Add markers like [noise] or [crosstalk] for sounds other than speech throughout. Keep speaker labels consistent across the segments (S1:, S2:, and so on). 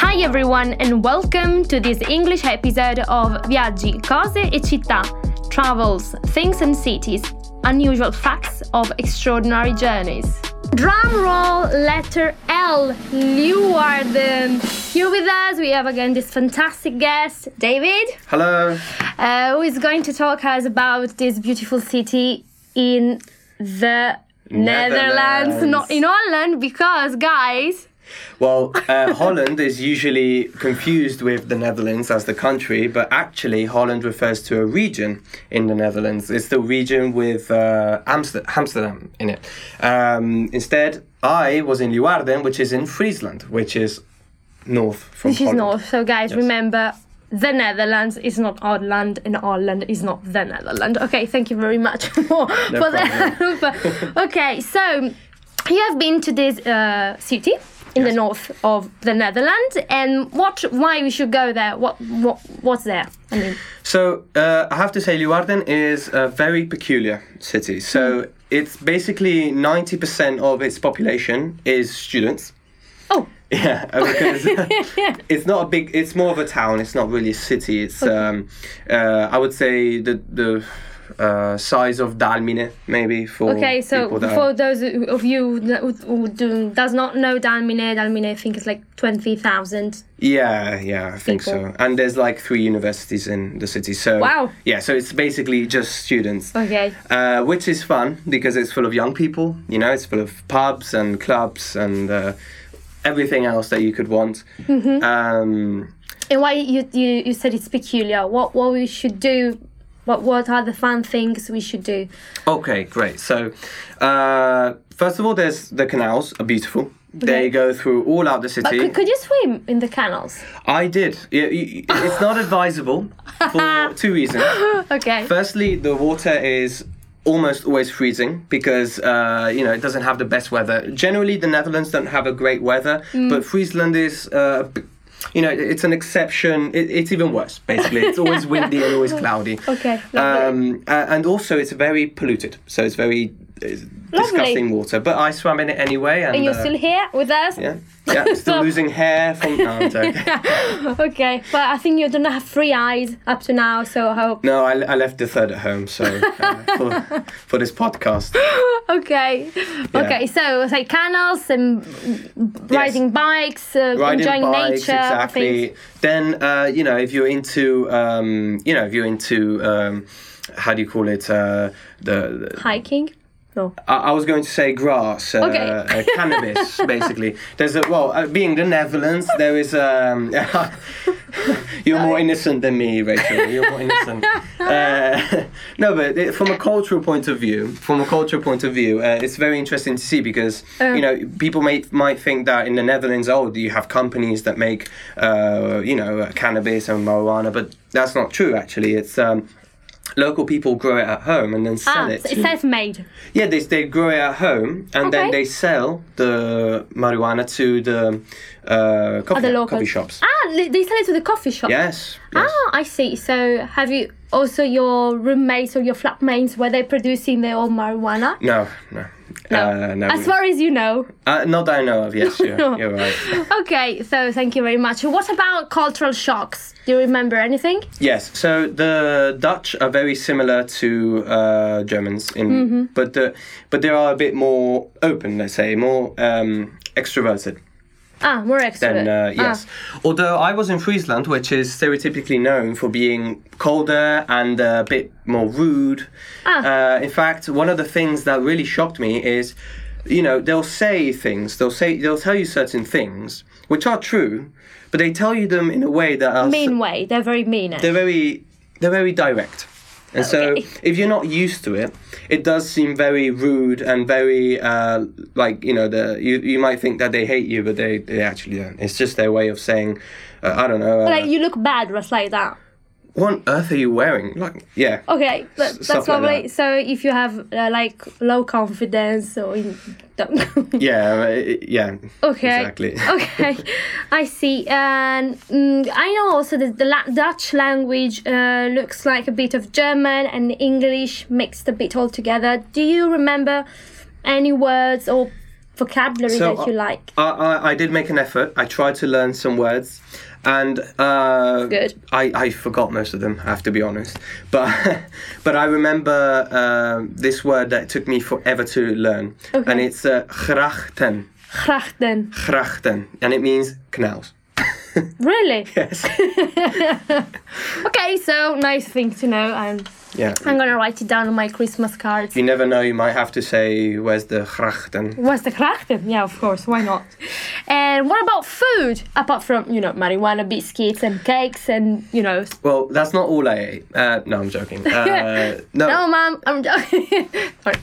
S1: Hi everyone and welcome to this English episode of Viaggi, cose e città, travels, things and cities, unusual facts of extraordinary journeys. Drum roll, letter L, Leeuwarden. Here with us we have again this fantastic guest, David,
S2: Hello.
S1: uh, who is going to talk us about this beautiful city in the Netherlands,
S2: Netherlands.
S1: not in Holland, because guys,
S2: Well, uh, Holland is usually confused with the Netherlands as the country, but actually, Holland refers to a region in the Netherlands. It's the region with uh, Amster- Amsterdam in it. Um, instead, I was in Leeuwarden, which is in Friesland, which is north from
S1: She's
S2: Holland.
S1: north. So guys, remember the Netherlands is not Ireland and Ireland is not the Netherlands. Okay, thank you very much [laughs] for, for that. help. okay, so you have been to this uh, city in the north of the Netherlands and what why we should go there? What what what's there? I mean
S2: So uh, I have to say, Leeuwarden is a very peculiar city. So it's basically ninety percent of its population is students. [laughs]
S1: Oh [laughs]
S2: Yeah, because it's not a big. It's more of a town. It's not really a city. It's um, uh, I would say the the uh, size of Dalmine maybe for
S1: Okay, so
S2: people that
S1: for
S2: are-
S1: those of you that- who, who do, does not know Dalmine, Dalmine I think is like twenty thousand
S2: yeah yeah I think
S1: people.
S2: so. And there's like three universities in the city. So
S1: Wow.
S2: yeah, so it's basically just students.
S1: Okay.
S2: Uh, which is fun because it's full of young people. You know, it's full of pubs and clubs and uh, everything else that you could want.
S1: Mm-hmm.
S2: Um,
S1: And why you, you you said it's peculiar? What what we should do? What what are the fun things we should do?
S2: Okay, great. So, uh, first of all, there's the canals are beautiful. They go through all out the
S1: But
S2: city.
S1: could, could you swim in the canals?
S2: I did. Yeah, y- y- It's not advisable
S1: [laughs]
S2: for two reasons.
S1: [laughs] Okay.
S2: Firstly, the water is almost always freezing because uh, you know it doesn't have the best weather. Generally, the Netherlands don't have a great weather,
S1: Mm.
S2: but Friesland is. Uh, b- you know, it's an exception. It, it's even worse, basically. It's always windy and
S1: [laughs]
S2: always cloudy.
S1: Okay, lovely.
S2: Um, a- and also, it's very polluted, so it's very uh, disgusting water. But I swam in it anyway, and,
S1: and you're
S2: uh,
S1: still here with us?
S2: yeah, yeah, I'm still
S1: [laughs] So-
S2: losing hair from. No, I'm joking.
S1: Okay. But I think you don't have three eyes up to now, so I hope.
S2: no I, I left the third at home, so uh, for, for this
S1: [laughs]
S2: podcast.
S1: Okay. Okay. So say canals and riding bikes, uh,
S2: riding
S1: enjoying
S2: bikes,
S1: nature.
S2: exactly.
S1: Things.
S2: Then uh, you know if you're into um, you know if you're into um, how do you call it uh, the, the
S1: Hiking. No.
S2: I, I was going to say grass uh,
S1: Okay.
S2: uh, cannabis
S1: [laughs]
S2: basically. There's a well uh, being the Netherlands there is um, [laughs] you're more innocent than me Rachel you're
S1: [laughs]
S2: more innocent. Uh, [laughs] no, but it, from a cultural point of view, from a cultural point of view, uh, it's very interesting to see because
S1: Uh.
S2: you know people may, might think that in the Netherlands, oh, you have companies that make uh, you know uh, cannabis and marijuana, but that's not true. Actually, it's um, local people grow it at home and then sell
S1: Ah,
S2: it.
S1: it's
S2: to-
S1: self-made.
S2: yeah, they, they grow it at home and
S1: Okay.
S2: then they sell the marijuana to the uh, coffee,
S1: Other locals.
S2: coffee shops.
S1: Ah, they they sell it to the coffee shop.
S2: Yes. yes.
S1: Ah, I see. So, have you also your roommates or your flatmates were they producing their own marijuana?
S2: No, no. Uh, no
S1: As far as you know.
S2: uh, not that I know
S1: [laughs]
S2: of, yes, you're, you're right.
S1: Okay, so thank you very much. What about cultural shocks? Do you remember anything?
S2: Yes, so the Dutch are very similar to uh, Germans in,
S1: Mm-hmm.
S2: but the, but they are a bit more open. Let's say more um, extroverted
S1: Ah, more extra.
S2: than uh, yes.
S1: Ah.
S2: Although I was in Friesland, which is stereotypically known for being colder and a bit more rude.
S1: Ah.
S2: Uh, in fact, one of the things that really shocked me is, you know, they'll say things. They'll say they'll tell you certain things which are true, but they tell you them in a way that are
S1: mean way. They're very mean. eh?
S2: they're very they're very direct and
S1: Okay.
S2: so if you're not used to it it does seem very rude and very uh, like you know the you, you might think that they hate you but they, they actually don't it's just their way of saying uh, i don't know uh,
S1: Like you look bad, just like that.
S2: what on earth are you wearing like yeah
S1: Okay, that,
S2: stuff
S1: that's
S2: like
S1: probably
S2: that.
S1: so. If you have uh, like low confidence or you don't.
S2: yeah uh, it- yeah
S1: [laughs] Okay.
S2: exactly [laughs]
S1: okay, I see. And mm, I know also that the La- Dutch language uh, looks like a bit of German and English mixed a bit all together. Do you remember any words or vocabulary
S2: So,
S1: that you like?
S2: I, I, I did make an effort. I tried to learn some words, and uh,
S1: Good.
S2: I, I forgot most of them. I have to be honest, but [laughs] but I remember uh, this word that took me forever to learn,
S1: Okay.
S2: and it's uh, grachten,
S1: Grachten.
S2: grachten, and it means canals. [laughs]
S1: Really?
S2: Yes.
S1: Okay, so nice thing to know. I'm
S2: yeah.
S1: I'm gonna write it down on my Christmas cards.
S2: You never know. You might have to say, "Where's the grachten?"
S1: Where's the Krachten? Yeah, of course, why not? And what about food? Apart from, you know, marijuana biscuits and cakes and, you know. s-
S2: Well, that's not all I ate. Uh, no, I'm
S1: [laughs]
S2: joking. Uh,
S1: No, mum, I'm joking. [laughs] Sorry.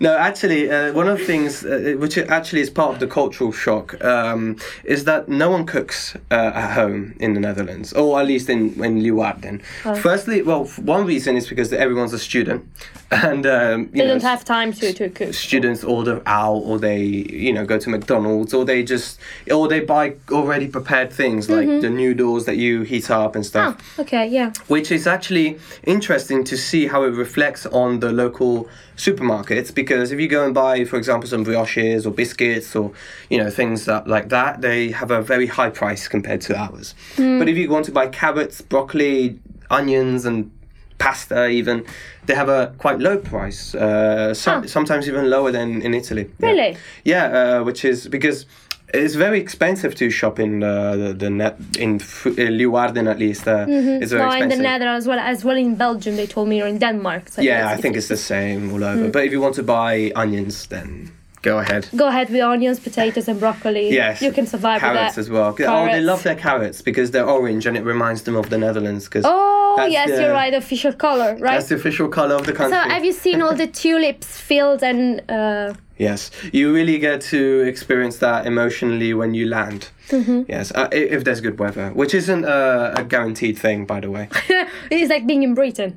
S2: No, actually, uh, one of the things uh, which actually is part of the cultural shock um, is that no one cooks uh, at home in the Netherlands, or at least in, in Leeuwarden.
S1: Oh.
S2: Firstly, well, f- one reason is because everyone's a student, [laughs] and um, you
S1: they
S2: know,
S1: don't have time to, to cook.
S2: students order out or they you know go to mcdonald's or they just or they buy already prepared things like the noodles that you heat up and stuff
S1: Mm-hmm. Ah, okay, yeah.
S2: which is actually interesting to see how it reflects on the local supermarkets because if you go and buy for example some brioches or biscuits or you know things that, like that they have a very high price compared to ours
S1: Hmm.
S2: but if you want to buy carrots broccoli onions and pasta even they have a quite low price uh, some,
S1: Huh.
S2: sometimes even lower than in italy Yeah.
S1: Really?
S2: yeah, uh, which is because it's very expensive to shop in uh, the, the net in F- uh, Leeuwarden at least uh, it's very
S1: No, in the
S2: expensive
S1: Netherlands as well as well in Belgium, they told me, or in Denmark. So
S2: yeah, I think it's the same all over.
S1: Hmm.
S2: But if you want to buy onions, then go ahead.
S1: Go ahead with onions, potatoes, and broccoli.
S2: Yes,
S1: You can survive with
S2: carrots
S1: that.
S2: as well. Oh, they
S1: Carrots.
S2: love their carrots because they're orange and it reminds them of the Netherlands. Because
S1: Oh,
S2: That's
S1: yes,
S2: the-
S1: you're right, official color, right?
S2: that's the official color of the country.
S1: so, have you seen
S2: [laughs]
S1: all the tulips, fields, and. Uh,
S2: Yes, you really get to experience that emotionally when you land.
S1: Mm-hmm.
S2: Yes, uh, i- if there's good weather, which isn't uh, a, a guaranteed thing, by the way. [laughs]
S1: it's like being in Britain.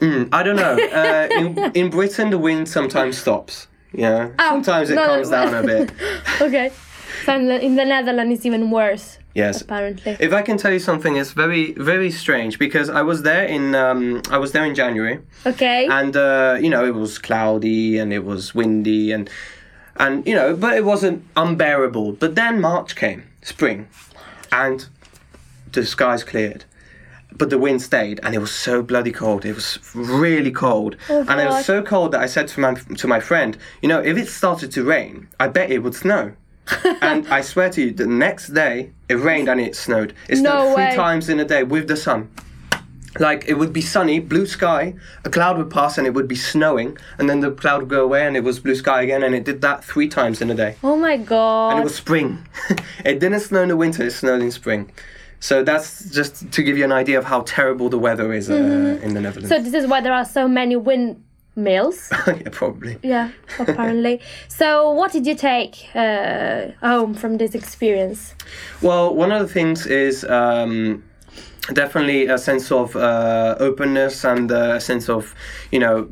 S2: Mm, I don't know. Uh, in, in Britain, the wind sometimes stops. Yeah,
S1: Oh,
S2: sometimes it
S1: no,
S2: calms
S1: no.
S2: down a bit.
S1: [laughs] Okay. So in the, in the Netherlands, it's even worse,
S2: Yes,
S1: apparently.
S2: If I can tell you something, it's very very strange because I was there in um, I was there in January,
S1: Okay.
S2: and uh, you know it was cloudy and it was windy and and you know but it wasn't unbearable. But then March came, spring, and the skies cleared. But the wind stayed, and it was so bloody cold. It was really cold, and it was
S1: God.
S2: so cold that I said to my to my friend, you know, if it started to rain, I bet it would snow.
S1: [laughs]
S2: and I swear to you, the next day it rained and it snowed. It snowed
S1: No
S2: three
S1: way.
S2: times in a day with the sun. Like it would be sunny, blue sky, a cloud would pass and it would be snowing, and then the cloud would go away and it was blue sky again, and it did that three times in a day.
S1: oh my god.
S2: It was spring. [laughs] it didn't snow in the winter, it snowed in spring. So that's just to give you an idea of how terrible the weather is uh, in the Netherlands.
S1: Mm-hmm. so this is why there are so many windmills.
S2: [laughs] yeah, probably. [laughs]
S1: yeah, apparently. so what did you take uh, home from this experience?
S2: Well, one of the things is um, definitely a sense of uh, openness and uh, a sense of, you know,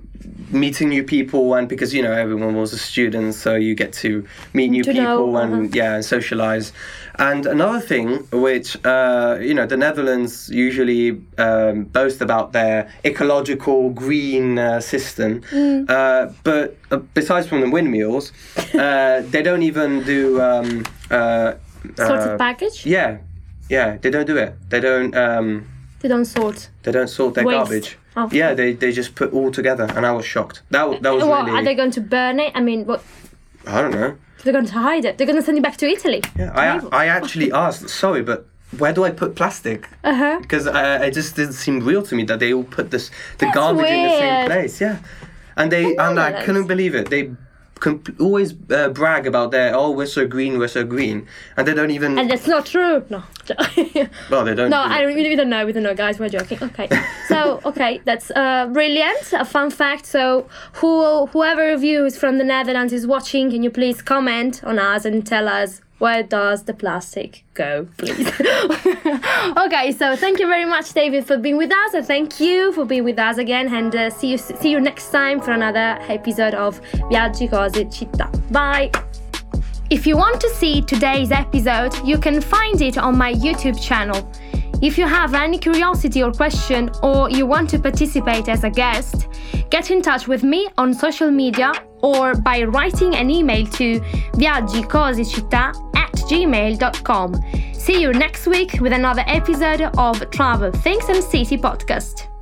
S2: meeting new people. And because, you know, everyone was a student, so you get to meet new
S1: To know, uh-huh.
S2: people and, yeah, and socialize. And another thing, which, uh, you know, the Netherlands usually um, boast about their ecological green uh, system.
S1: Mm.
S2: Uh, but uh, besides from the windmills, uh, they don't even do. Um, uh,
S1: Sort
S2: uh,
S1: of package?
S2: yeah, yeah, they don't do it. They don't. Um,
S1: They don't sort.
S2: they don't sort their
S1: Waste.
S2: garbage.
S1: Oh.
S2: Yeah, they, they just put all together, and I was shocked. That w- that was
S1: well,
S2: really.
S1: are they going to burn it? I mean, what?
S2: I don't know.
S1: They're going to hide it. They're going to send it back to Italy.
S2: Yeah, I I
S1: [laughs]
S2: actually asked. Sorry, but where do I put plastic? Uh
S1: Uh-huh.
S2: huh. Because uh, it just didn't seem real to me that they all put this the garbage in the same
S1: weird.
S2: place. Yeah, and they and I
S1: that's-
S2: couldn't believe it. They. Comp- always uh, brag about their oh we're so green we're so green and they don't even
S1: And that's not true. No. [laughs]
S2: well they don't
S1: No,
S2: do it.
S1: I don't, we don't know. We don't know, guys. We're joking. Okay.
S2: [laughs]
S1: So, okay, that's uh, brilliant. A fun fact. So, who, whoever of you is from the Netherlands is watching, can you please comment on us and tell us where does the plastic go, please? [laughs] okay. So, thank you very much, David, for being with us, and thank you for being with us again. And uh, see you see you next time for another episode of Viaggi Cose Città. Bye. If you want to see today's episode, you can find it on my YouTube channel. If you have any curiosity or question, or you want to participate as a guest, get in touch with me on social media or by writing an email to viaggicosicittà at gmail.com. See you next week with another episode of Travel Things and City podcast.